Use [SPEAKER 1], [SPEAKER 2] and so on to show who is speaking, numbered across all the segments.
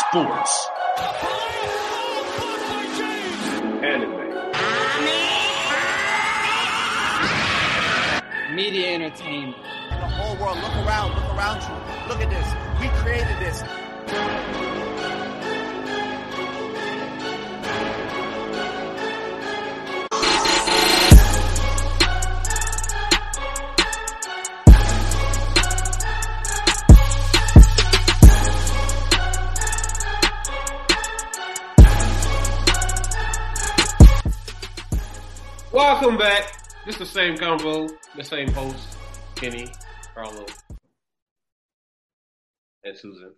[SPEAKER 1] sports, anime,
[SPEAKER 2] media entertainment.
[SPEAKER 3] the whole world. Look around, look around you. Look at this. We created this.
[SPEAKER 4] Welcome back. This the same combo, the same host, Kenny, Carlo, and Susan.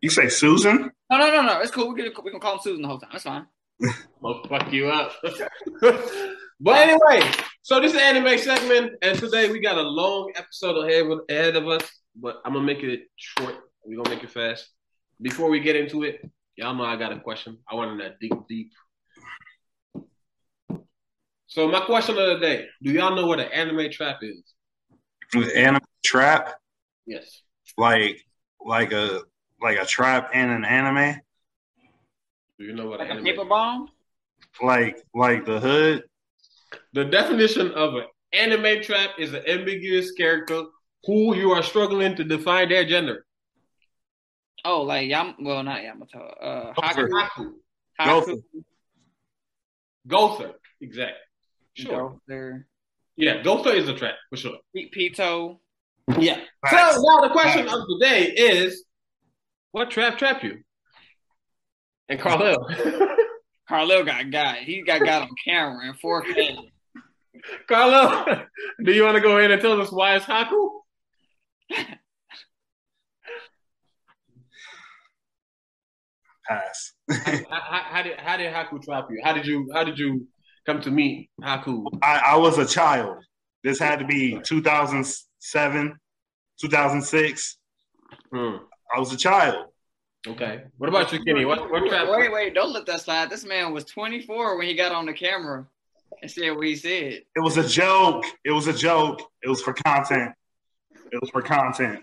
[SPEAKER 1] you say Susan?
[SPEAKER 2] No, no, no, no. It's cool. We can we can call him Susan the whole time. It's fine.
[SPEAKER 4] I'll fuck you up. but anyway, so this is anime segment, and today we got a long episode ahead of, ahead of us, but I'm gonna make it short. We're gonna make it fast. Before we get into it, y'all know I got a question. I wanted to dig deep. So my question of the day: Do y'all know what an anime trap is?
[SPEAKER 1] With anime trap,
[SPEAKER 4] Yes.
[SPEAKER 1] like like a like a trap in an anime,
[SPEAKER 4] Do you know what
[SPEAKER 2] Like
[SPEAKER 4] an
[SPEAKER 2] a
[SPEAKER 4] anime
[SPEAKER 2] paper bomb.
[SPEAKER 1] like like the hood.
[SPEAKER 4] The definition of an anime trap is an ambiguous character who you are struggling to define their gender.
[SPEAKER 2] Oh, like Yam. Well, not Yamato. Uh,
[SPEAKER 1] Gopher.
[SPEAKER 2] Haku.
[SPEAKER 4] Haku.
[SPEAKER 2] Haku.
[SPEAKER 4] Gother. Exactly. Sure.
[SPEAKER 2] Gopher.
[SPEAKER 4] Yeah, Gother is a trap for sure.
[SPEAKER 2] P- Pito. Yeah.
[SPEAKER 4] So
[SPEAKER 1] Facts.
[SPEAKER 4] now the question of the day is what trap trap you? And Carlisle.
[SPEAKER 2] Carlo got got. He got got on camera in 4K.
[SPEAKER 4] Carlisle, do you want to go ahead and tell us why it's Haku?
[SPEAKER 1] Pass.
[SPEAKER 4] how, how, how did how did Haku trap you? How did you how did you come to meet Haku?
[SPEAKER 1] I, I was a child. This had to be 2007, 2006.
[SPEAKER 4] Hmm.
[SPEAKER 1] I was a child.
[SPEAKER 4] Okay. What about you, Kenny? What what trap?
[SPEAKER 2] Wait, wait. Don't let that slide. This man was 24 when he got on the camera and said what he said.
[SPEAKER 1] It was a joke. It was a joke. It was for content. It was for content.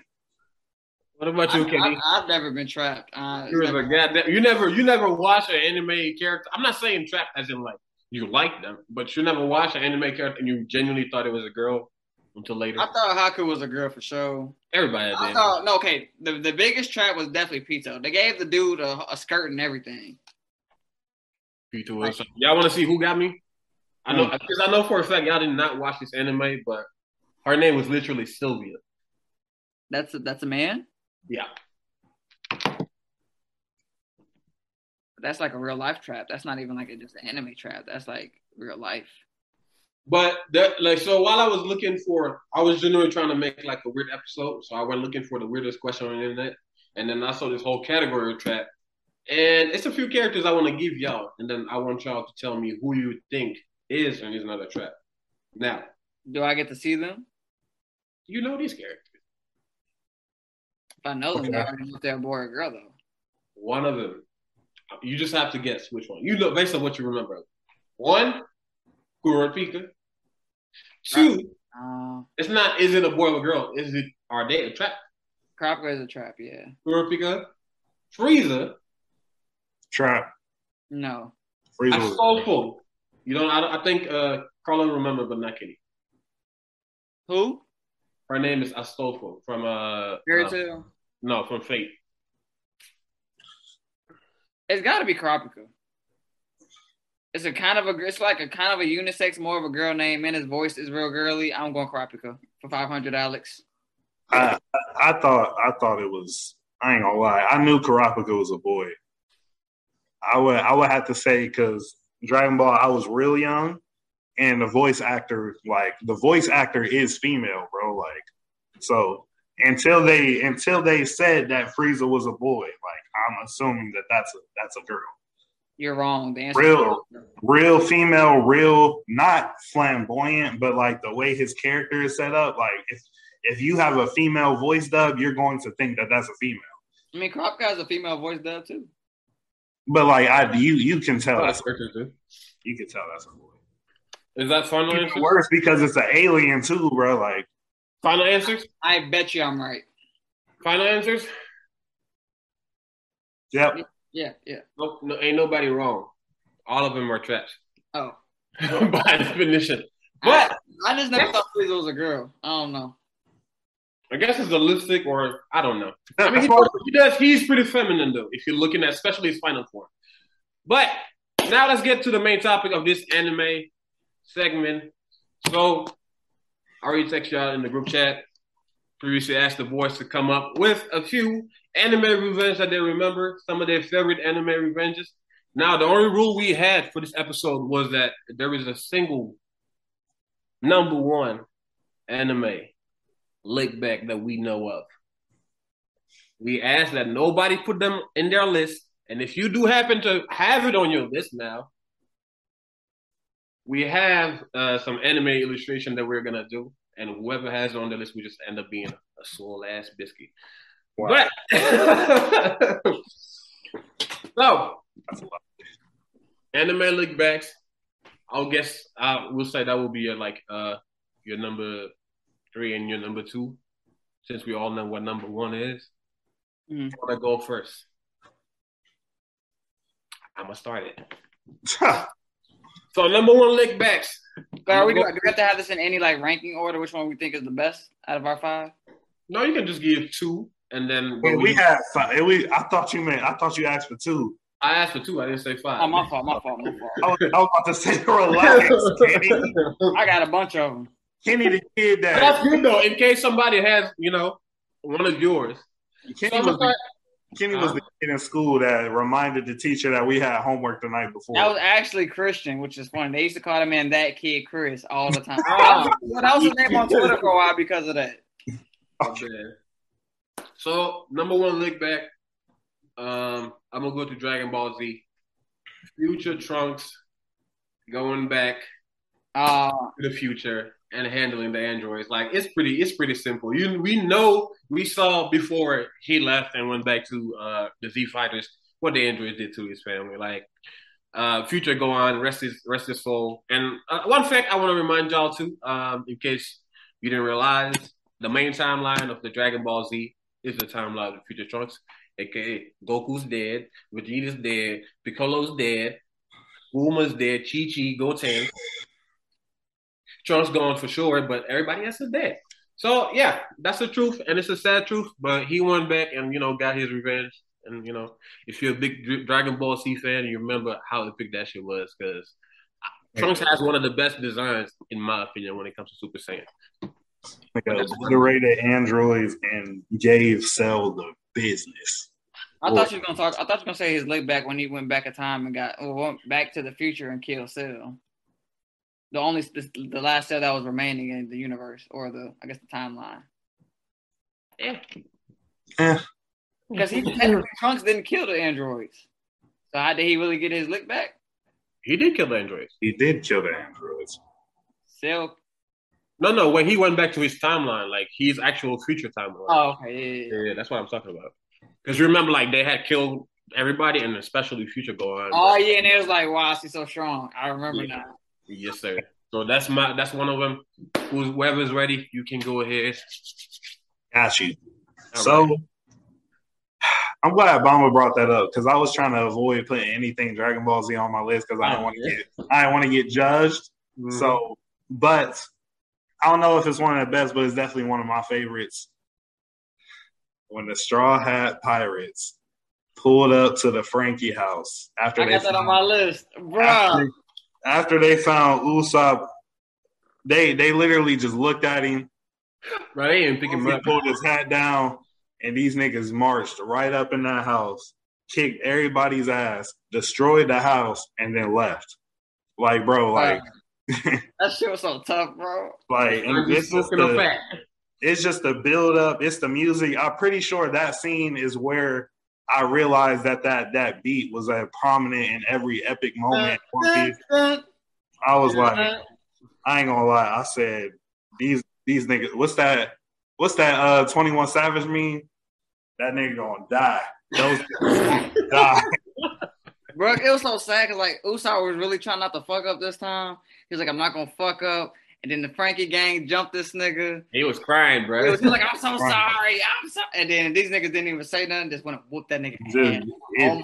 [SPEAKER 4] What about
[SPEAKER 2] I,
[SPEAKER 4] you, Kenny?
[SPEAKER 2] have never been trapped. Uh,
[SPEAKER 4] You was a goddamn. You never you never watch an anime character. I'm not saying trap as in like you like them, but you never watch an anime character and you genuinely thought it was a girl until later.
[SPEAKER 2] I thought Haku was a girl for sure.
[SPEAKER 4] Everybody
[SPEAKER 2] I
[SPEAKER 4] did.
[SPEAKER 2] thought no, okay. The the biggest trap was definitely Pito. They gave the dude a, a skirt and everything.
[SPEAKER 4] You two was- Y'all want to see who got me? I know because I know for a fact y'all did not watch this anime, but her name was literally Sylvia.
[SPEAKER 2] That's a, that's a man.
[SPEAKER 4] Yeah.
[SPEAKER 2] That's like a real life trap. That's not even like a, just an anime trap. That's like real life.
[SPEAKER 4] But that like so while I was looking for I was genuinely trying to make like a weird episode, so I went looking for the weirdest question on the internet, and then I saw this whole category of trap. And it's a few characters I want to give y'all, and then I want y'all to tell me who you think is and is not a trap. Now,
[SPEAKER 2] Do I get to see them?
[SPEAKER 4] you know these characters.
[SPEAKER 2] If I know them,
[SPEAKER 1] Okay.
[SPEAKER 2] I don't know if they're a boy or a girl though.
[SPEAKER 4] One of them. You just have to guess which one. You know based on what you remember. One, Kurapika. Two,
[SPEAKER 2] Uh,
[SPEAKER 4] it's not is it a boy or a girl? Is it are they a trap?
[SPEAKER 2] Cropper is a trap. Yeah.
[SPEAKER 4] Kurapika. Frieza.
[SPEAKER 1] Trap.
[SPEAKER 2] No.
[SPEAKER 1] Freeze
[SPEAKER 4] I
[SPEAKER 1] was-
[SPEAKER 4] saw full. You know, I, I think uh, Carla remember, but not Kenny.
[SPEAKER 2] Who?
[SPEAKER 4] Her name is Astolfo from uh,
[SPEAKER 2] Fairy
[SPEAKER 4] uh,
[SPEAKER 2] tale.
[SPEAKER 4] no from Fate.
[SPEAKER 2] It's got to be Cropper. It's a kind of a. It's like a kind of a unisex, more of a girl name, and his voice is real girly. I'm going Cropper for 500, Alex.
[SPEAKER 1] I, I thought I thought it was I ain't gonna lie. I knew Karapika was a boy. I would I would have to say because Dragon Ball I was real young and the voice actor like the voice actor is female, bro. Like so until they until they said that Frieza was a boy, like I'm assuming that that's a that's a girl.
[SPEAKER 2] You're wrong. The answer.
[SPEAKER 1] Real.
[SPEAKER 2] Is
[SPEAKER 1] Real female, real not flamboyant, but like the way his character is set up, like if if you have a female voice dub, you're going to think that that's a female.
[SPEAKER 2] I mean, Crop Guy's a female voice dub too.
[SPEAKER 1] But like I, you you can tell
[SPEAKER 4] Oh,
[SPEAKER 1] that's
[SPEAKER 4] that's Richard, dude.
[SPEAKER 1] you can tell that's a boy.
[SPEAKER 4] Is that final
[SPEAKER 1] It's
[SPEAKER 4] answer?
[SPEAKER 1] worse because it's an alien too, bro. Like
[SPEAKER 4] Final answers?
[SPEAKER 2] I bet you I'm right.
[SPEAKER 4] Final answers?
[SPEAKER 1] Yep.
[SPEAKER 2] Yeah, yeah.
[SPEAKER 4] No, no, ain't nobody wrong. All of them are traps
[SPEAKER 2] Oh,
[SPEAKER 4] by definition. But
[SPEAKER 2] I, I just never thought Frieza was a girl. I don't know.
[SPEAKER 4] I guess it's a lipstick, or I don't know. I mean, he,
[SPEAKER 1] That's why-
[SPEAKER 4] he does. He's pretty feminine, though, if you're looking at especially his final form. But now let's get to the main topic of this anime segment. So I already texted y'all in the group chat. Previously asked the boys to come up with a few anime revenge that they remember, some of their favorite anime revenges. Now, the only rule we had for this episode was that there is a single number one anime lick back that we know of. We ask that nobody put them in their list. And if you do happen to have it on your list now, we have uh, some anime illustration that we're going to do. And whoever has it on the list, we just end up being a soul ass biscuit.
[SPEAKER 1] Wow.
[SPEAKER 4] But so,
[SPEAKER 1] That's a lot.
[SPEAKER 4] anime look backs. I'll guess I will say that will be your like uh your number three and your number two, since we all know what number one is.
[SPEAKER 2] Mhm.
[SPEAKER 4] I want to go first. I'm gonna start it. So number one lick backs.
[SPEAKER 2] But are we do, do we have to have this in any like ranking order? Which one we think is the best out of our five?
[SPEAKER 4] No, you can just give two, and then
[SPEAKER 1] Wait, we had five. and We, I thought you meant. I thought you asked for two.
[SPEAKER 4] I asked for two. I didn't say five.
[SPEAKER 2] Oh, my fault, my fault, my fault.
[SPEAKER 1] I was, I was about to say relax, Kenny.
[SPEAKER 2] I got a bunch of them.
[SPEAKER 1] Kenny the kid
[SPEAKER 4] But
[SPEAKER 1] that
[SPEAKER 4] that's good though. In case somebody has, you know, one of yours. So
[SPEAKER 1] Kenny
[SPEAKER 4] I'm
[SPEAKER 1] was.
[SPEAKER 4] gonna
[SPEAKER 1] The, Kenny was the kid in school that reminded the teacher that we had homework the night before.
[SPEAKER 2] That was actually Christian, which is funny. They used to call the man that kid Chris all the time.
[SPEAKER 4] Ah.
[SPEAKER 2] When I was his name on Twitter for a while because of that.
[SPEAKER 4] My bad. Oh, So number one lick back. Um, I'm gonna go to Dragon Ball Z. Future Trunks going back
[SPEAKER 2] Uh,
[SPEAKER 4] to the future and handling the androids. Like it's pretty, it's pretty simple. You we know we saw before he left and went back to uh the Z Fighters what the androids did to his family. Like uh future go on, rest his rest his soul. And uh, one fact I want to remind y'all too, um, in case you didn't realize, the main timeline of the Dragon Ball Z is the timeline of Future Trunks, aka Goku's dead, Vegeta's dead, Piccolo's dead, Bulma's dead, Chi Chi, Goten. Trump's gone for sure, but everybody else is dead. So yeah, that's the truth, and it's a sad truth. But he won back, and you know, got his revenge. And you know, if you're a big Dr- Dragon Ball C fan, you remember how epic that shit was because Trunks has one of the best designs, in my opinion, when it comes to Super Saiyan.
[SPEAKER 1] Like, obliterated androids and gave Cell the business.
[SPEAKER 2] I thought you was gonna talk. I thought you were gonna say his leg back when he went back in time and got or went back to the future and killed Cell. The only the, the last Cell that was remaining in the universe or the I guess the timeline.
[SPEAKER 4] Yeah.
[SPEAKER 1] Eh.
[SPEAKER 2] Because he technically Trunks didn't kill the androids, so how did he really get his lick back?
[SPEAKER 4] He did kill the androids.
[SPEAKER 1] He did kill the androids.
[SPEAKER 2] Cell.
[SPEAKER 4] No, no, when he went back to his timeline, like his actual future timeline.
[SPEAKER 2] Oh, okay. Yeah, yeah, yeah.
[SPEAKER 4] Yeah, yeah, that's what I'm talking about. Because remember, like they had killed everybody, and especially Future go on.
[SPEAKER 2] Oh yeah, and it was like, wow, she's so strong. I remember
[SPEAKER 4] Yeah.
[SPEAKER 2] now.
[SPEAKER 4] Yes, sir. So that's my that's one of them. Who's whoever's ready, you can go ahead.
[SPEAKER 1] Got you.
[SPEAKER 4] All
[SPEAKER 1] so
[SPEAKER 4] right.
[SPEAKER 1] I'm glad Obama brought that up because I was trying to avoid putting anything Dragon Ball Z on my list because I
[SPEAKER 2] Oh,
[SPEAKER 1] didn't want to
[SPEAKER 4] Yeah.
[SPEAKER 1] get I didn't want to get judged.
[SPEAKER 2] Mm-hmm.
[SPEAKER 4] Mm-hmm.
[SPEAKER 1] So, but I don't know if it's one of the best, but it's definitely one of my favorites. When the Straw Hat Pirates pulled up to the Frankie house after
[SPEAKER 2] I
[SPEAKER 1] they
[SPEAKER 2] got that
[SPEAKER 1] found-
[SPEAKER 2] on my list, bruh.
[SPEAKER 1] after, after they found Usopp, they they literally just looked at him
[SPEAKER 4] right, they ain't picking
[SPEAKER 1] he
[SPEAKER 4] up.
[SPEAKER 1] pulled his hat down, and these niggas marched right up in that house, kicked everybody's ass, destroyed the house, and then left. Like, bro, like,
[SPEAKER 2] That shit was so tough, bro.
[SPEAKER 1] like, and
[SPEAKER 4] I'm
[SPEAKER 1] it's
[SPEAKER 4] just
[SPEAKER 1] just
[SPEAKER 4] looking up
[SPEAKER 1] the,
[SPEAKER 4] at.
[SPEAKER 1] it's just the build up. It's the music. I'm pretty sure that scene is where I realized that that that beat was a prominent in every epic moment. in
[SPEAKER 2] Uh,
[SPEAKER 1] One Piece. I was like, I ain't gonna lie. I said these these niggas. What's that? What's that? Uh, Twenty One Savage mean? That nigga gonna die. Those niggas gonna die.
[SPEAKER 2] Bro, it was so sad because like Usopp was really trying not to fuck up this time. He was like, I'm not gonna fuck up. And then the Frankie gang jumped this nigga.
[SPEAKER 4] He was crying,
[SPEAKER 2] It
[SPEAKER 4] bro.
[SPEAKER 2] was like, I'm so sorry. I'm sorry. And then these niggas didn't even say nothing. Just went and whooped that nigga. ass.
[SPEAKER 1] Dude,
[SPEAKER 2] Oh
[SPEAKER 1] it-
[SPEAKER 2] my,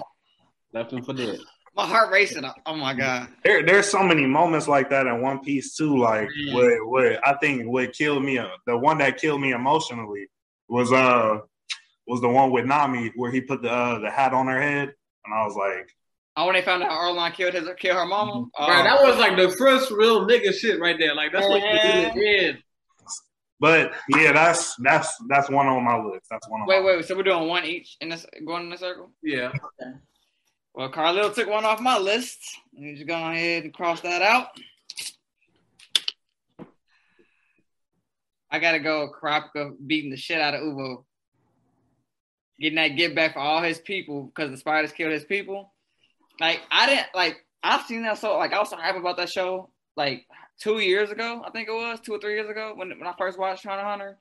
[SPEAKER 4] Left him for dead.
[SPEAKER 2] my heart racing. Oh my god.
[SPEAKER 1] there, there's so many moments like that in One Piece too. Like
[SPEAKER 2] Mm.
[SPEAKER 1] what what I think what killed me, uh, the one that killed me emotionally was uh was the one with Nami where he put the uh, the hat on her head, and I was like,
[SPEAKER 2] Oh, when they found out Arlon killed his killed her mama. Oh,
[SPEAKER 4] Bro, that was like the first real nigga shit right there. Like that's what you did in.
[SPEAKER 1] but yeah, that's that's that's one on my list. That's one on
[SPEAKER 2] Oh. wait,
[SPEAKER 1] my
[SPEAKER 2] wait, wait. So we're doing one each in this going in a circle?
[SPEAKER 4] Yeah.
[SPEAKER 2] Well, Carlil took one off my list. We're just going ahead and cross that out. I gotta go Karapka beating the shit out of Ubo. Getting that get back for all his people because the spiders killed his people. Like I didn't like I've seen that so like I was so hype about that show like two years ago, I think it was, two or three years ago when, when I first watched Hunter x Hunter.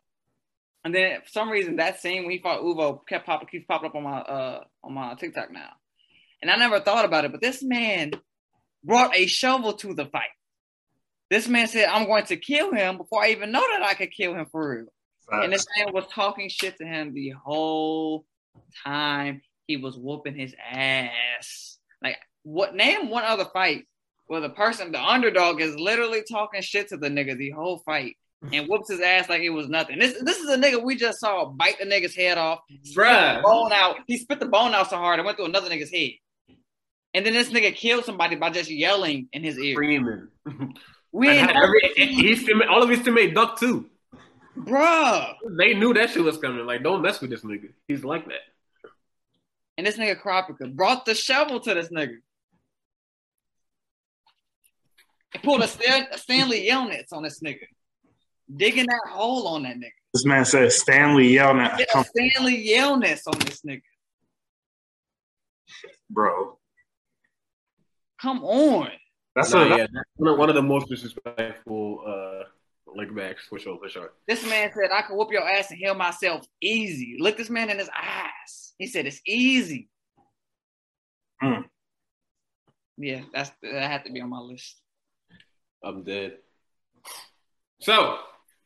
[SPEAKER 2] And then for some reason that scene when he fought Uvo kept popping keeps popping up on my uh on my TikTok now and I never thought about it, but this man brought a shovel to the fight. This man said, I'm going to kill him before I even know that I could kill him for real. And this man was talking shit to him the whole time. He was whooping his ass. Like, what? Name one other fight where the person, the underdog, is literally talking shit to the nigga the whole fight and whoops his ass like it was nothing. This this is a nigga we just saw bite the nigga's head off,
[SPEAKER 4] Bruh.
[SPEAKER 2] bone out. He spit the bone out so hard it went through another nigga's head. And then this nigga killed somebody by just yelling in his ear.
[SPEAKER 4] Screaming.
[SPEAKER 2] We
[SPEAKER 4] And
[SPEAKER 2] ain't
[SPEAKER 4] how
[SPEAKER 2] know,
[SPEAKER 4] every, he's still, all of his teammates duck too.
[SPEAKER 2] bruh.
[SPEAKER 4] They knew that shit was coming. Like, don't mess with this nigga. He's like that.
[SPEAKER 2] And this nigga Kropika brought the shovel to this nigga. And pulled a, Stan- a Stanley Yelnats on this nigga. Digging that hole on that nigga.
[SPEAKER 1] This man said Stanley yelling at
[SPEAKER 2] Did a Stanley Yelnats on this nigga.
[SPEAKER 1] bro.
[SPEAKER 2] Come on.
[SPEAKER 1] That's
[SPEAKER 4] Nah,
[SPEAKER 1] a,
[SPEAKER 4] yeah, that's one of, one of the most disrespectful uh, leg backs for sure, for sure.
[SPEAKER 2] This man said, I can whoop your ass and heal myself easy. Look this man in his eyes. He said, It's easy.
[SPEAKER 1] Mm.
[SPEAKER 2] Yeah, that's that had to be on my list.
[SPEAKER 4] I'm dead. So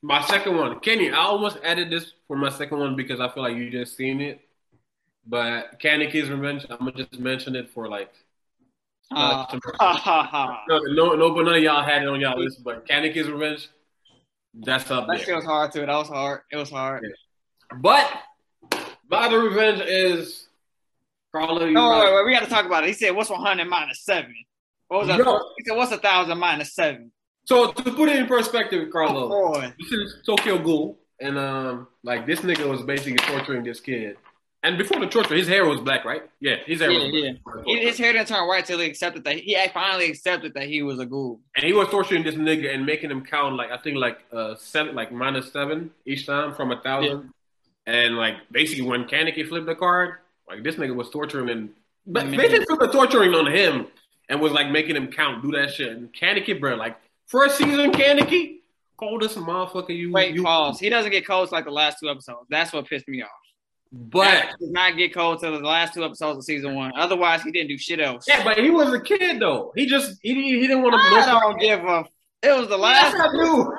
[SPEAKER 4] my second one, Kenny. I almost added this for my second one because I feel like you just seen it, but Kaneki's Revenge. I'm gonna just mention it for like.
[SPEAKER 2] Uh,
[SPEAKER 4] not to-
[SPEAKER 2] ha, ha, ha.
[SPEAKER 4] no, no, no, but none of y'all had it on y'all list. But Kaneki's Revenge, that's up
[SPEAKER 2] That
[SPEAKER 4] there.
[SPEAKER 2] shit was hard too. That was hard. It was hard.
[SPEAKER 4] But my other revenge is Carlo. you
[SPEAKER 2] No, wait,
[SPEAKER 4] probably-
[SPEAKER 2] wait, wait, we got to talk about it. He said, "What's one hundred minus seven? What was that?
[SPEAKER 4] Yo.
[SPEAKER 2] He said, "What's a thousand minus seven?
[SPEAKER 4] So to put it in perspective,
[SPEAKER 2] Come
[SPEAKER 4] Carlo.
[SPEAKER 2] on,
[SPEAKER 4] this is Tokyo Ghoul, and um, like this nigga was basically torturing this kid. And before the torture, his hair was black, right? Yeah, his hair was
[SPEAKER 2] Yeah,
[SPEAKER 4] black.
[SPEAKER 2] He- his hair didn't turn white till he accepted that he act- finally accepted that he was a ghoul.
[SPEAKER 4] And he was torturing this nigga and making him count like I think like uh seven, like minus seven each time from a thousand. And like basically when Kaneki flipped the card, like this nigga was torturing and but
[SPEAKER 2] Man.
[SPEAKER 4] basically flipped the torturing on him and was like making him count, do that shit. And Kaneki, bro, like first season Kaneki, coldest motherfucker you
[SPEAKER 2] Wait,
[SPEAKER 4] you
[SPEAKER 2] pause. He doesn't get cold till, like the last two episodes. That's what pissed me off.
[SPEAKER 4] but
[SPEAKER 2] That does not get cold till the last two episodes of season one. Otherwise, he didn't do shit else.
[SPEAKER 4] Yeah, but he was a kid though. He just he didn't he didn't want to.
[SPEAKER 2] I don't give a. It was the
[SPEAKER 4] That's
[SPEAKER 2] last.
[SPEAKER 4] not new.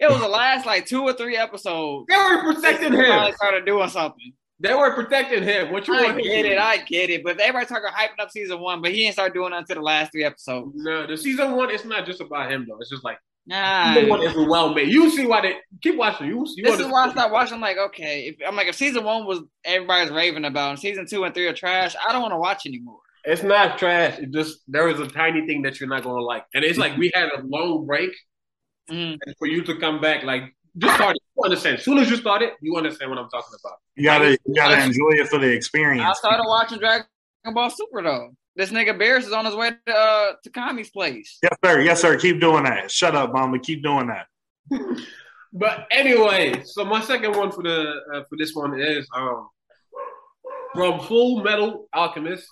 [SPEAKER 2] It was the last like two or three episodes.
[SPEAKER 4] They were protecting him.
[SPEAKER 2] Finally started doing something.
[SPEAKER 4] They were protecting him. What you
[SPEAKER 2] I
[SPEAKER 4] want?
[SPEAKER 2] get it, I get it. But everybody talking hyping up season one, but he didn't start doing that until the last three episodes.
[SPEAKER 4] no, the season one. It's not just about him though. It's just like
[SPEAKER 2] Nah.
[SPEAKER 4] season one is well made. You see why they keep watching. You, you
[SPEAKER 2] This is
[SPEAKER 4] understand.
[SPEAKER 2] why I stopped watching. I'm like, okay, if, I'm like, if season one was everybody's raving about, and season two and three are trash, I don't want to watch anymore.
[SPEAKER 4] It's not trash. It just there is a tiny thing that you're not gonna like, and it's like we had a long break
[SPEAKER 2] Mm.
[SPEAKER 4] and for you to come back. Like you started, you understand. As soon as you started, you understand what I'm talking about.
[SPEAKER 1] you gotta you gotta enjoy it for the experience.
[SPEAKER 2] I started watching Dragon Ball Super though. This nigga Beerus is on his way to uh, to Kami's place.
[SPEAKER 1] Yes, sir. Yes, sir. Keep doing that. Shut up, mama. Keep doing that.
[SPEAKER 4] But anyway, so my second one for the uh, for this one is um from Full Metal Alchemist,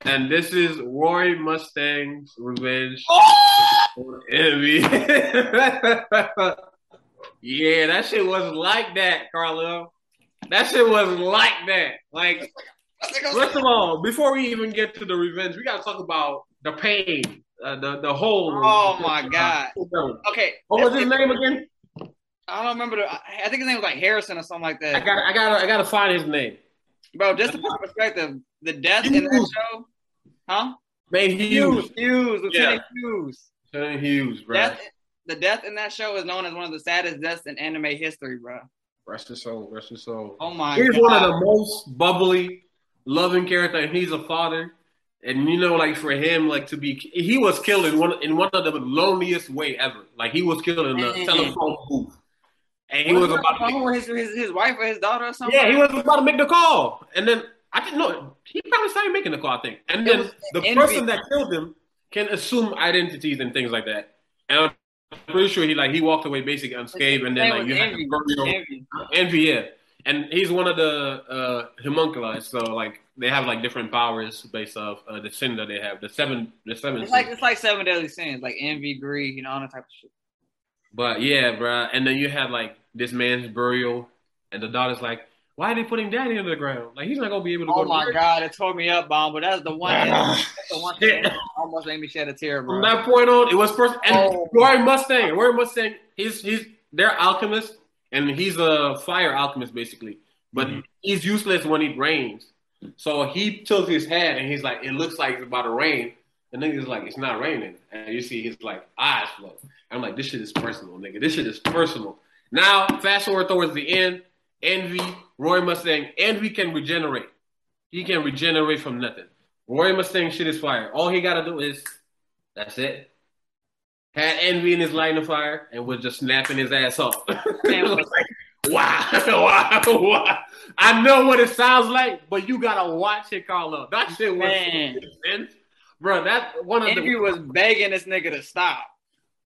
[SPEAKER 4] and this is Roy Mustang's Revenge on Enemy. yeah, that shit was like that, Carlo. That shit was like that. Like,
[SPEAKER 2] That nigga was-
[SPEAKER 4] first of all, before we even get to the revenge, we gotta talk about the pain Uh, the the whole.
[SPEAKER 2] Oh my god. Okay.
[SPEAKER 4] What was his name again?
[SPEAKER 2] I don't remember. The, I I think his name was like Harrison or something like
[SPEAKER 4] I
[SPEAKER 2] that.
[SPEAKER 4] got I got I got to find his name.
[SPEAKER 2] Bro, just to put in perspective, the death in that
[SPEAKER 4] Hughes.
[SPEAKER 2] show, huh?
[SPEAKER 4] Man, Hughes.
[SPEAKER 2] Hughes, Lieutenant Hughes.
[SPEAKER 4] Lieutenant Hughes, bro.
[SPEAKER 2] Death, the death in that show is known as one of the saddest deaths in anime history, bro.
[SPEAKER 4] Rest his soul. Rest his soul.
[SPEAKER 2] Oh my
[SPEAKER 4] he's
[SPEAKER 2] god.
[SPEAKER 4] one of the most bubbly, loving character, and he's a father. And you know, like for him, like to be, he was killed in one in one of the loneliest way ever. Like he was killed in a
[SPEAKER 2] Mhm.
[SPEAKER 4] telephone booth, and he
[SPEAKER 2] Wasn't
[SPEAKER 4] was
[SPEAKER 2] there
[SPEAKER 4] Mm-hmm. about to
[SPEAKER 2] a
[SPEAKER 4] make,
[SPEAKER 2] problem with his, his, his wife or his daughter or something.
[SPEAKER 4] yeah, he was about to make the call, and then I didn't know he probably started making the call, I think. And
[SPEAKER 2] It
[SPEAKER 4] then
[SPEAKER 2] was
[SPEAKER 4] the
[SPEAKER 2] envy.
[SPEAKER 4] person that killed him can assume identities and things like that. And I'm pretty sure he like he walked away basically unscathed, and then
[SPEAKER 2] His name
[SPEAKER 4] like
[SPEAKER 2] was
[SPEAKER 4] you had the
[SPEAKER 2] Envy.
[SPEAKER 4] burial-
[SPEAKER 2] Envy.
[SPEAKER 4] Envy, yeah. And he's one of the uh, homunculi, so like they have like different powers based off uh, the sin that they have. The seven, the seven.
[SPEAKER 2] It's like
[SPEAKER 4] sins.
[SPEAKER 2] it's like seven deadly sins, like envy, greed, you know, all that type of shit.
[SPEAKER 4] but yeah, bruh. And then you have like this man's burial, and the daughter's like, "Why are they putting daddy under the ground? Like he's not gonna be able to go."
[SPEAKER 2] Oh
[SPEAKER 4] to
[SPEAKER 2] my
[SPEAKER 4] work."
[SPEAKER 2] god, it tore me up, bomb. But that's the one.
[SPEAKER 4] Ah,
[SPEAKER 2] that's the one thing that almost made me shed a tear,
[SPEAKER 4] From
[SPEAKER 2] bro.
[SPEAKER 4] that point on, it was first. And
[SPEAKER 2] Oh.
[SPEAKER 4] Rory Mustang, Rory Mustang, he's he's they're alchemists, and he's a fire alchemist basically. But
[SPEAKER 1] Mhm.
[SPEAKER 4] he's useless when it rains. So he tilts his head and he's like, "It looks like it's about to rain." And nigga's like, "It's not raining," and you see his like eyes flow. I'm like, "This shit is personal, nigga. This shit is personal." Now, fast forward towards the end, Envy, Roy Mustang, Envy can regenerate. He can regenerate from nothing. Roy Mustang shit is fire. All he gotta do is, that's it. Had Envy in his line of fire and was just snapping his ass off.
[SPEAKER 2] Man,
[SPEAKER 4] Like, wow, wow, wow. I know what it sounds like, but you gotta watch it, Carlo. That shit was
[SPEAKER 2] Man.
[SPEAKER 4] Bro, that's one of
[SPEAKER 2] Envy
[SPEAKER 4] the
[SPEAKER 2] was begging this nigga to stop.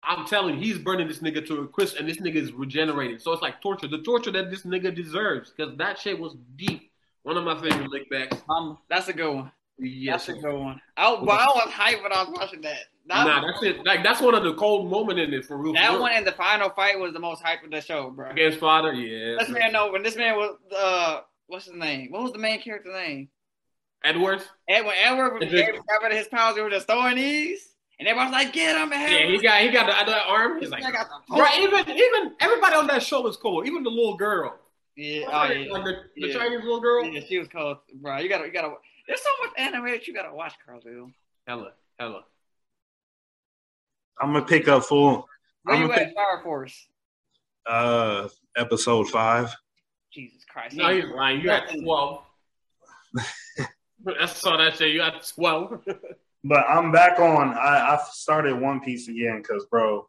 [SPEAKER 4] I'm telling you, he's burning this nigga to a crisp, and this nigga is regenerating. So it's like torture, the torture that this nigga deserves, because that shit was deep. One of my favorite lickbacks.
[SPEAKER 2] Um, that's a good one.
[SPEAKER 4] Yes,
[SPEAKER 2] that's a good one. I, but I was hyped when I was watching that. That,
[SPEAKER 4] nah, that's it. Like that's one of the cold moment in it for real. for
[SPEAKER 2] that
[SPEAKER 4] real.
[SPEAKER 2] one in the final fight was the most hype of the show, bro.
[SPEAKER 4] against father, yeah.
[SPEAKER 2] This man know when this man was uh, what's his name? What was the main character name?
[SPEAKER 4] Edwards,
[SPEAKER 2] And when Edward was
[SPEAKER 4] It just-
[SPEAKER 2] got rid of his powers, they were just throwing these, and everybody's like, "Get him, man!"
[SPEAKER 4] yeah, he got he got the other arm. He's like,
[SPEAKER 2] I got the
[SPEAKER 4] bro, even even everybody on that show was cool. Even the little girl,
[SPEAKER 2] Yeah, oh, yeah.
[SPEAKER 4] like the, the
[SPEAKER 2] Yeah.
[SPEAKER 4] Chinese little girl.
[SPEAKER 2] Yeah, she was cold, bro. You gotta, you gotta. There's so much anime that you gotta watch, Carlville.
[SPEAKER 4] Hella, hella.
[SPEAKER 1] I'm gonna pick up full
[SPEAKER 2] Where
[SPEAKER 1] I'm
[SPEAKER 2] you
[SPEAKER 1] a
[SPEAKER 2] at, Fire Force?
[SPEAKER 1] uh episode five.
[SPEAKER 2] Jesus Christ!
[SPEAKER 4] No, he's lying. You got twelve. I saw that shit. You got twelve.
[SPEAKER 1] But I'm back on. I, I started One Piece again because, bro,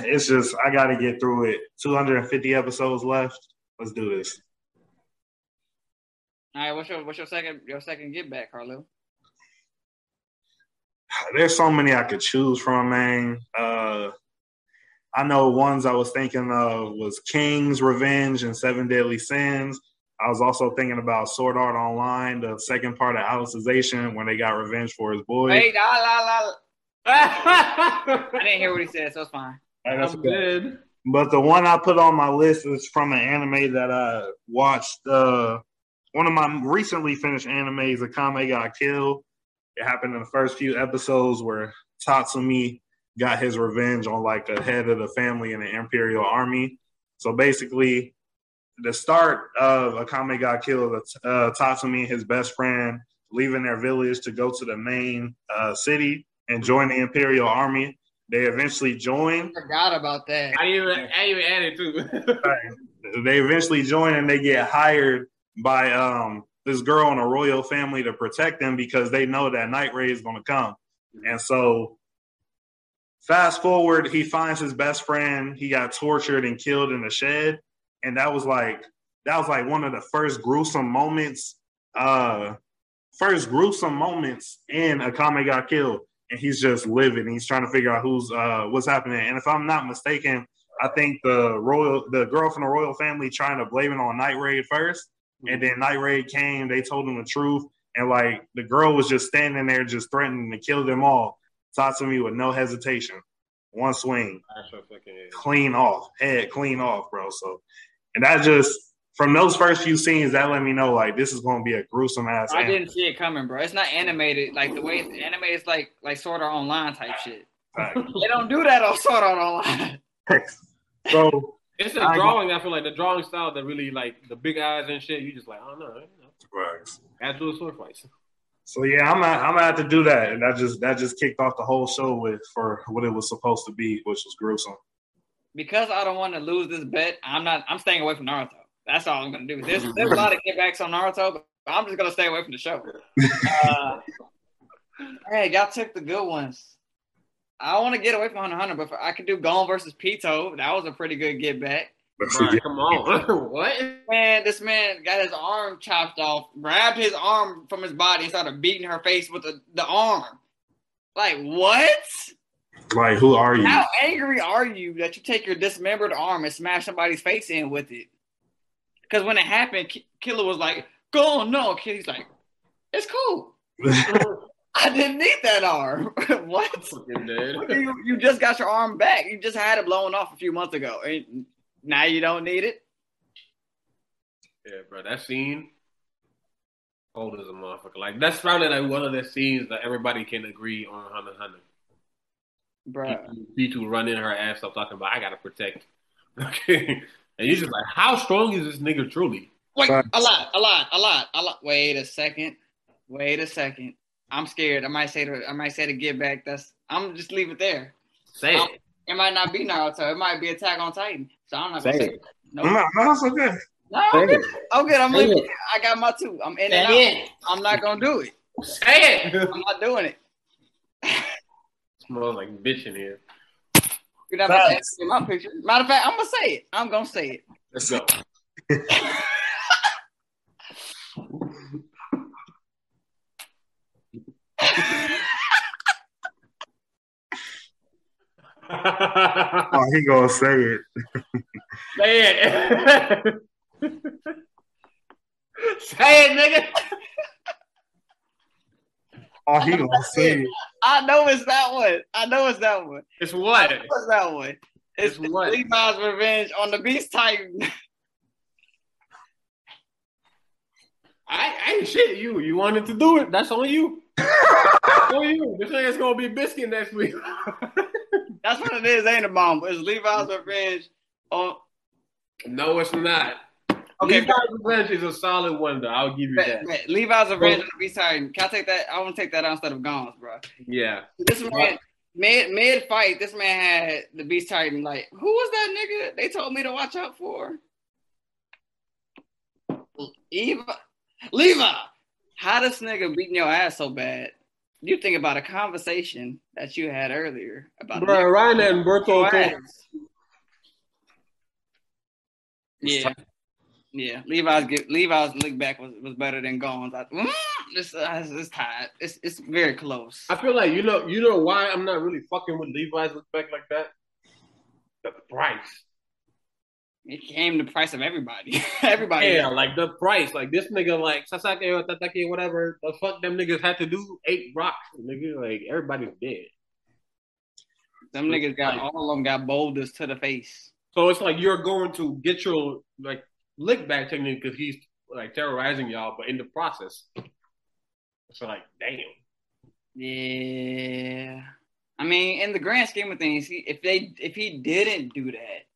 [SPEAKER 1] it's just I got to get through it. 250 episodes left. Let's do this.
[SPEAKER 2] All right, what's your, what's your second, your second get back, Carlo?
[SPEAKER 1] There's so many I could choose from, man. Uh, I know ones I was thinking of was King's Revenge and Seven Deadly Sins. I was also thinking about Sword Art Online, the second part of Alicization when they got revenge for his
[SPEAKER 4] Oh,
[SPEAKER 1] boy.
[SPEAKER 2] Hey, la, la, la. I
[SPEAKER 4] I'm
[SPEAKER 2] didn't hear what he said, so it's fine.
[SPEAKER 1] Hey, that's okay.
[SPEAKER 4] dead.
[SPEAKER 1] But the one I put on my list is from an anime that I watched. Uh, one of my recently finished animes, Akame Got Killed. It happened in the first few episodes where Tatsumi got his revenge on like the head of the family in the Imperial Army. So basically, the start of Akame Got Killed, uh, Tatsumi and his best friend leaving their village to go to the main uh, city and join the Imperial Army. They eventually join,
[SPEAKER 2] I forgot about that.
[SPEAKER 4] I even I even added too.
[SPEAKER 1] they eventually join and they get hired by um, this girl in a royal family to protect them because they know that Night Ray is going to come. And so, fast forward, he finds his best friend. He got tortured and killed in a shed, and that was like that was like one of the first gruesome moments. Uh, first gruesome moments in Akame got killed, and he's just living. He's trying to figure out who's uh what's happening. And if I'm not mistaken, I think the royal the girl from the royal family trying to blame it on Night Raid first, and then Night Raid came. They told him the truth, and like the girl was just standing there, just threatening to kill them all. Tatsumi with no hesitation, one swing,
[SPEAKER 4] Actual fucking-
[SPEAKER 1] clean off, head clean off, bro. So, and that just from those first few scenes, that let me know like this is going to be a gruesome ass.
[SPEAKER 2] I
[SPEAKER 1] anime.
[SPEAKER 2] didn't see it coming, bro. It's not animated like the way it's animated. It's like like sort of online type shit.
[SPEAKER 1] Like,
[SPEAKER 2] They don't do that on sort of online.
[SPEAKER 1] so
[SPEAKER 4] It's
[SPEAKER 1] I
[SPEAKER 4] the
[SPEAKER 1] agree.
[SPEAKER 4] drawing. I feel like the drawing style that really like the big eyes and shit. You just like I don't know. I don't know.
[SPEAKER 1] right.
[SPEAKER 4] Absolute sword fights.
[SPEAKER 1] so yeah, I'm gonna- I'm gonna have to do that, and that just that just kicked off the whole show with for what it was supposed to be, which was gruesome.
[SPEAKER 2] Because I don't want to lose this bet, I'm not. I'm staying away from Naruto. That's all I'm gonna do. There's there's a lot of kickbacks on Naruto, but I'm just gonna stay away from the show. Uh, hey, y'all took the good ones. I want to get away from Hunter x Hunter, but if I could do Gone versus Pito. That was a pretty good get back.
[SPEAKER 4] Bruh, come on, what?
[SPEAKER 2] Man, this man got his arm chopped off, grabbed his arm from his body, and started beating her face with the, the arm. Like, what?
[SPEAKER 1] like, who are you?
[SPEAKER 2] How angry are you that you take your dismembered arm and smash somebody's face in with it? Because when it happened, Ki- Killer was like, go on, no. Kitty's like, it's cool. I didn't need that arm. what?
[SPEAKER 5] Fucking dead.
[SPEAKER 2] You, you just got your arm back. You just had it blown off a few months ago. And now you don't need it?
[SPEAKER 4] Yeah, bro, that scene cold as a motherfucker. Like that's probably like one of the scenes that everybody can agree on Hunter x Hunter.
[SPEAKER 2] Bruh.
[SPEAKER 4] Pitu running her ass up talking about I gotta protect. Okay. And you're just like, how strong is this nigga truly?
[SPEAKER 2] Wait,
[SPEAKER 1] Facts.
[SPEAKER 2] a lot, a lot, a lot, a lot. Wait a second. Wait a second. I'm scared. I might say to I might say to get back. That's I'm just leave it there.
[SPEAKER 4] Say it.
[SPEAKER 2] It might not be Naruto. It might be Attack on Titan. So I'm not
[SPEAKER 6] Say
[SPEAKER 2] gonna say
[SPEAKER 6] it.
[SPEAKER 2] it.
[SPEAKER 1] No,
[SPEAKER 2] Nope.
[SPEAKER 1] no, it's okay.
[SPEAKER 2] No,
[SPEAKER 6] Say
[SPEAKER 2] I'm good.
[SPEAKER 6] it.
[SPEAKER 2] I'm good. I'm
[SPEAKER 6] Say
[SPEAKER 2] leaving.
[SPEAKER 6] it.
[SPEAKER 2] I got my two. I'm in and out.
[SPEAKER 4] Say it.
[SPEAKER 2] I'm not gonna do it.
[SPEAKER 4] Say it.
[SPEAKER 2] I'm not doing it.
[SPEAKER 4] Smells like bitch in here.
[SPEAKER 2] You're not gonna
[SPEAKER 1] Facts.
[SPEAKER 2] see my picture. Matter of fact, I'm gonna say it. I'm gonna say it.
[SPEAKER 4] Let's go.
[SPEAKER 1] Oh, he gonna say it.
[SPEAKER 4] Say it. Say it,
[SPEAKER 1] Oh, he gonna say it.
[SPEAKER 2] I know it's that one. I know it's that one.
[SPEAKER 4] nigga. It's what?
[SPEAKER 2] What's that one?
[SPEAKER 4] It's
[SPEAKER 2] It's,
[SPEAKER 4] what?
[SPEAKER 2] Levi's Revenge on the Beast Titan.
[SPEAKER 4] I, I ain't shit you. You wanted to do it. That's on you. That's on you. This nigga's gonna be biscuit next week.
[SPEAKER 2] That's what it is, ain't it, Mom? It's Levi's Revenge. On
[SPEAKER 4] no, it's not.
[SPEAKER 2] okay,
[SPEAKER 4] Okay, Levi's Revenge is a solid one though. I'll give you
[SPEAKER 2] bet,
[SPEAKER 4] that.
[SPEAKER 2] bet. Levi's Revenge on the Beast Titan. Can I take that? I want to take that out instead of Gone's, bro.
[SPEAKER 4] Yeah.
[SPEAKER 2] This man mid mid fight, this man had the Beast Titan. Like, who was that nigga? They told me to watch out for. Eva, Levi, how this nigga beating your ass so bad? You think about a conversation that you had earlier about
[SPEAKER 4] Bro, Ryan and Berto
[SPEAKER 2] Right. Yeah. Yeah, Levi's get, Levi's look back was, was better than Gone's. I, mm, it's, uh, it's, it's tied. It's it's very close.
[SPEAKER 4] I feel like you know you know why I'm not really fucking with Levi's look back like that? The price.
[SPEAKER 2] It came the price of everybody. everybody.
[SPEAKER 4] Yeah, like the price, like this nigga, like Sasaki or Tataki, whatever the fuck them niggas had to do, eight rocks, nigga. Like everybody's dead.
[SPEAKER 2] Them niggas got all of them got boulders to the face.
[SPEAKER 4] So it's like you're going to get your like lick back technique because he's like terrorizing y'all, but in the process, it's like damn.
[SPEAKER 2] Yeah. I mean, in the grand scheme of things, he, if they if he didn't do that,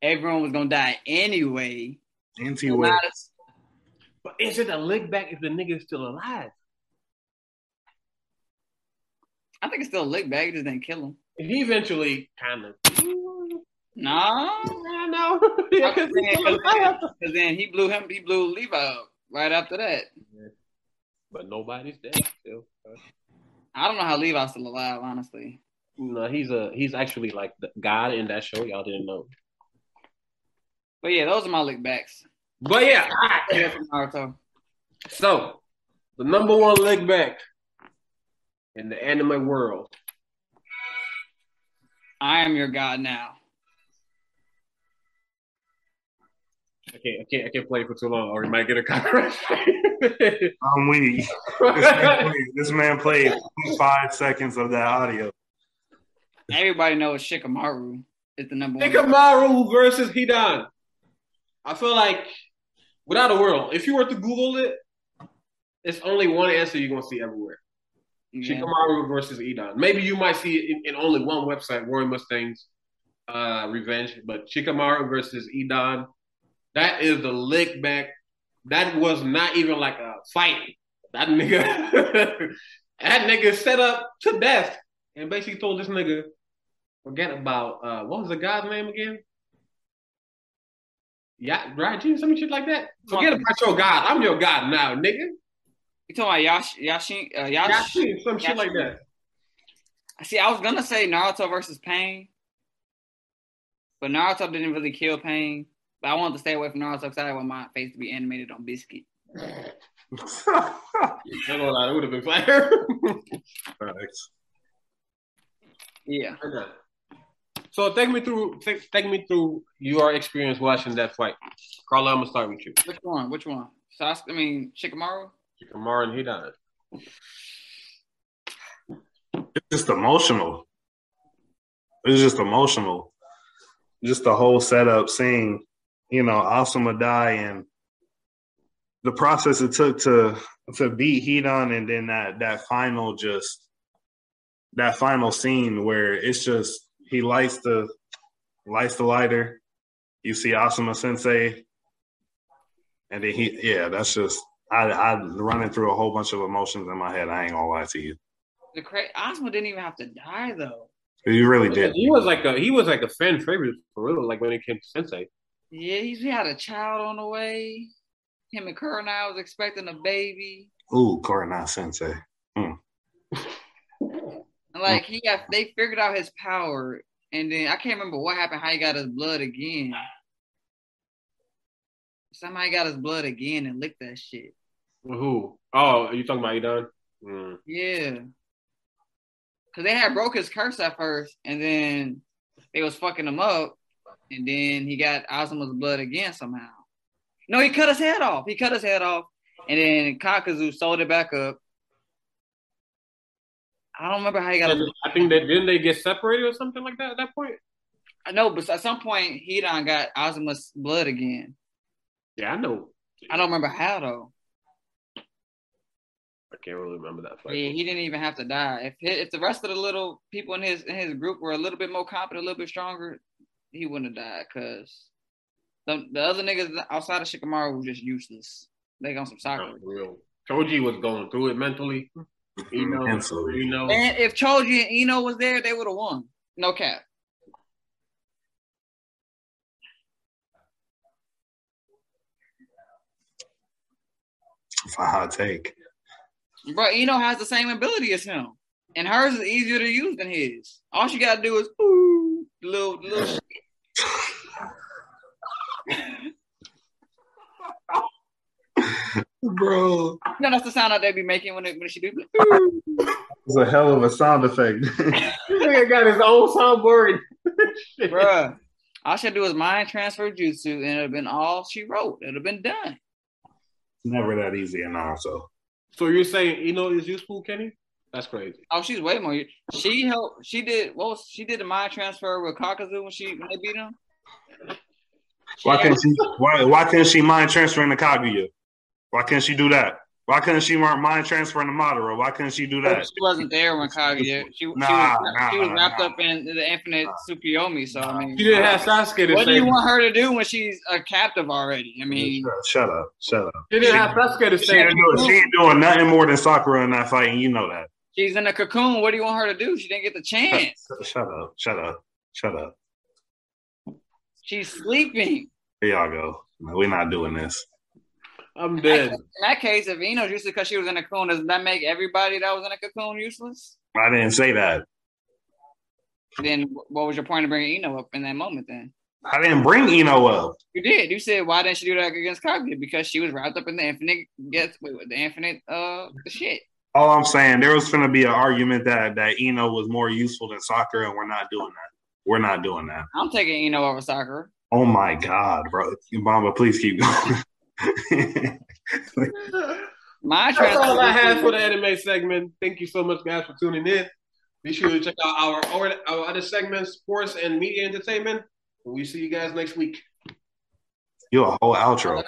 [SPEAKER 2] everyone was gonna die anyway.
[SPEAKER 1] NT
[SPEAKER 2] Not
[SPEAKER 1] West.
[SPEAKER 2] a-
[SPEAKER 4] But is it a lick back if the nigga's still alive?
[SPEAKER 2] I think it's still a lick back. It just didn't kill him.
[SPEAKER 4] He eventually kind of.
[SPEAKER 2] Nah.
[SPEAKER 4] I know. yeah, 'cause
[SPEAKER 2] Because
[SPEAKER 4] he's still alive.
[SPEAKER 2] then he blew him, he blew Levi up right after that.
[SPEAKER 4] But nobody's dead still.
[SPEAKER 2] I don't know how Levi's still alive, honestly.
[SPEAKER 4] No, he's a he's actually like the god in that show. Y'all didn't know.
[SPEAKER 2] But yeah, those are my lick backs.
[SPEAKER 4] But yeah, all right.
[SPEAKER 2] Yeah, from Naruto.
[SPEAKER 4] So, the number one leg back in the anime world.
[SPEAKER 2] I am your god now.
[SPEAKER 4] I can't, I can't, I can't play it for too long, or you might get a copyright. strike.
[SPEAKER 1] I'm weak. This man played, this man played five seconds of that audio.
[SPEAKER 2] Everybody knows Shikamaru is the number one.
[SPEAKER 4] Shikamaru versus Hidan. I feel like without a world, if you were to Google it, it's only one answer you're gonna see everywhere.
[SPEAKER 2] Yeah.
[SPEAKER 4] Shikamaru versus Edon. Maybe you might see it in, in only one website, Roy Mustangs uh, Revenge, but Shikamaru versus Edon. That is the lick back. That was not even like a fight. That nigga, that nigga set up to death and basically told this nigga, forget about uh, what was the guy's name again? Yeah, Raiju, some shit like that. Forget about your god. I'm your god now, nigga.
[SPEAKER 2] You talking about Yash Yashin uh, Yash?
[SPEAKER 4] Yashin, some shit like that.
[SPEAKER 2] See, I was gonna say Naruto versus Pain, but Naruto didn't really kill Pain. But I wanted to stay away from Naruto because I didn't want my face to be animated on Biscuit.
[SPEAKER 4] Not gonna lie, that would have been fire.
[SPEAKER 1] Facts.
[SPEAKER 2] Yeah.
[SPEAKER 4] so take me through, take, take me through your experience watching that fight, Carla. I'm gonna start with you.
[SPEAKER 2] Which one? Which one? So I, s- I mean, Shikamaru.
[SPEAKER 4] Kamara and Hidan.
[SPEAKER 1] It's just emotional. It's just emotional. Just the whole setup, seeing, you know, Asuma die and the process it took to to beat Hedon and then that that final just that final scene where it's just he lights the lights the lighter. You see Asuma Sensei, and then he yeah, that's just I I running through a whole bunch of emotions in my head. I ain't gonna lie to you.
[SPEAKER 2] The cra- Asma didn't even have to die though.
[SPEAKER 1] You really did.
[SPEAKER 4] He was like a he was like a fan favorite for real. Like when it came to Sensei,
[SPEAKER 2] Yeah, he's, he had a child on the way. Him and Kurenai was expecting a baby.
[SPEAKER 1] Ooh, Coronai Sensei.
[SPEAKER 2] And, Like he got, they figured out his power, and then I can't remember what happened. How he got his blood again? Somebody got his blood again and licked that shit.
[SPEAKER 4] who? Oh, are you talking about Hidan? Mm.
[SPEAKER 2] Yeah, cause they had broke his curse at first, and then they was fucking him up, and then he got Ozuma's blood again somehow. No, he cut his head off. He cut his head off, and then Kakazu sold it back up. I don't remember how he got. his
[SPEAKER 4] I think that didn't they get separated or something like that at that point.
[SPEAKER 2] I know, but at some point, he done got Ozimus blood again.
[SPEAKER 4] Yeah, I know.
[SPEAKER 2] I don't remember how though.
[SPEAKER 4] I can't really remember that
[SPEAKER 2] Yeah, he didn't even have to die. If hi- if the rest of the little people in his in his group were a little bit more competent, a little bit stronger, he wouldn't have died. Cause the, the other niggas outside of Shikamaru were just useless. They got some soccer.
[SPEAKER 4] Not real. Choji was going through it mentally. You know,
[SPEAKER 1] Mm-hmm. Mentally.
[SPEAKER 4] you know.
[SPEAKER 2] And if Choji and Eno was there, they would have won. No cap.
[SPEAKER 1] It's a hot take.
[SPEAKER 2] Bro, Eno has the same ability as him, and hers is easier to use than his. All she gotta do is ooh, little little shit.
[SPEAKER 1] Bro.
[SPEAKER 2] You know, that's the sound that they be making when they, when she do.
[SPEAKER 1] It's a hell of a sound effect.
[SPEAKER 4] This nigga got his own soundboard.
[SPEAKER 2] Bruh. All she had to do was mind transfer jutsu, and it'd have been all she wrote. It'd have been done.
[SPEAKER 1] Never that easy in Naruto.
[SPEAKER 4] So you're saying you know is useful, Kenny? That's crazy.
[SPEAKER 2] Oh, she's way more. She helped. She did. What was she did the mind transfer with Kakazu when she when they beat him?
[SPEAKER 1] Why can't she why why can't she mind transfer into Kaguya? Why can't she do that? Why couldn't she mind mind transfer into Madara? Why couldn't she do that?
[SPEAKER 2] She wasn't there when Kaguya. She, she,
[SPEAKER 1] Nah,
[SPEAKER 2] was,
[SPEAKER 1] nah,
[SPEAKER 2] she was wrapped
[SPEAKER 1] nah.
[SPEAKER 2] up in the infinite Tsukuyomi. So I mean,
[SPEAKER 4] You didn't have Sasuke to
[SPEAKER 2] what do
[SPEAKER 4] save.
[SPEAKER 2] you want her to do when she's a captive already? I mean,
[SPEAKER 1] Shut up. Shut up.
[SPEAKER 4] You didn't have Sasuke to
[SPEAKER 1] She
[SPEAKER 4] save.
[SPEAKER 1] ain't, doing, she ain't doing nothing more than Sakura in that fight, and you know that.
[SPEAKER 2] she's in a cocoon. What do you want her to do? She didn't get the chance.
[SPEAKER 1] Shut up. Shut up. Shut up.
[SPEAKER 2] She's sleeping.
[SPEAKER 1] Here y'all go. No, we're not doing this.
[SPEAKER 4] I'm dead.
[SPEAKER 2] In that case, if Eno's useless because she was in a cocoon, doesn't that make everybody that was in a cocoon useless?
[SPEAKER 1] I didn't say that.
[SPEAKER 2] Then wh- what was your point of bringing Eno up in that moment? Then
[SPEAKER 1] I didn't bring Eno up.
[SPEAKER 2] you did. You said why didn't she do that against Cogni? Because she was wrapped up in the infinite. Guess wait, what, the infinite. Uh, the shit.
[SPEAKER 1] All I'm saying, there was going to be an argument that that Eno was more useful than soccer, and we're not doing that. We're not doing that.
[SPEAKER 2] I'm taking Eno over Sakura.
[SPEAKER 1] Oh my God, bro, Mamba, please keep going.
[SPEAKER 2] My
[SPEAKER 4] That's all I have for
[SPEAKER 2] transfer.
[SPEAKER 4] the anime segment. Thank you so much, guys, for tuning in. Be sure to check out our, our, our other segments, sports and media entertainment. We see you guys next week.
[SPEAKER 1] you a whole outro.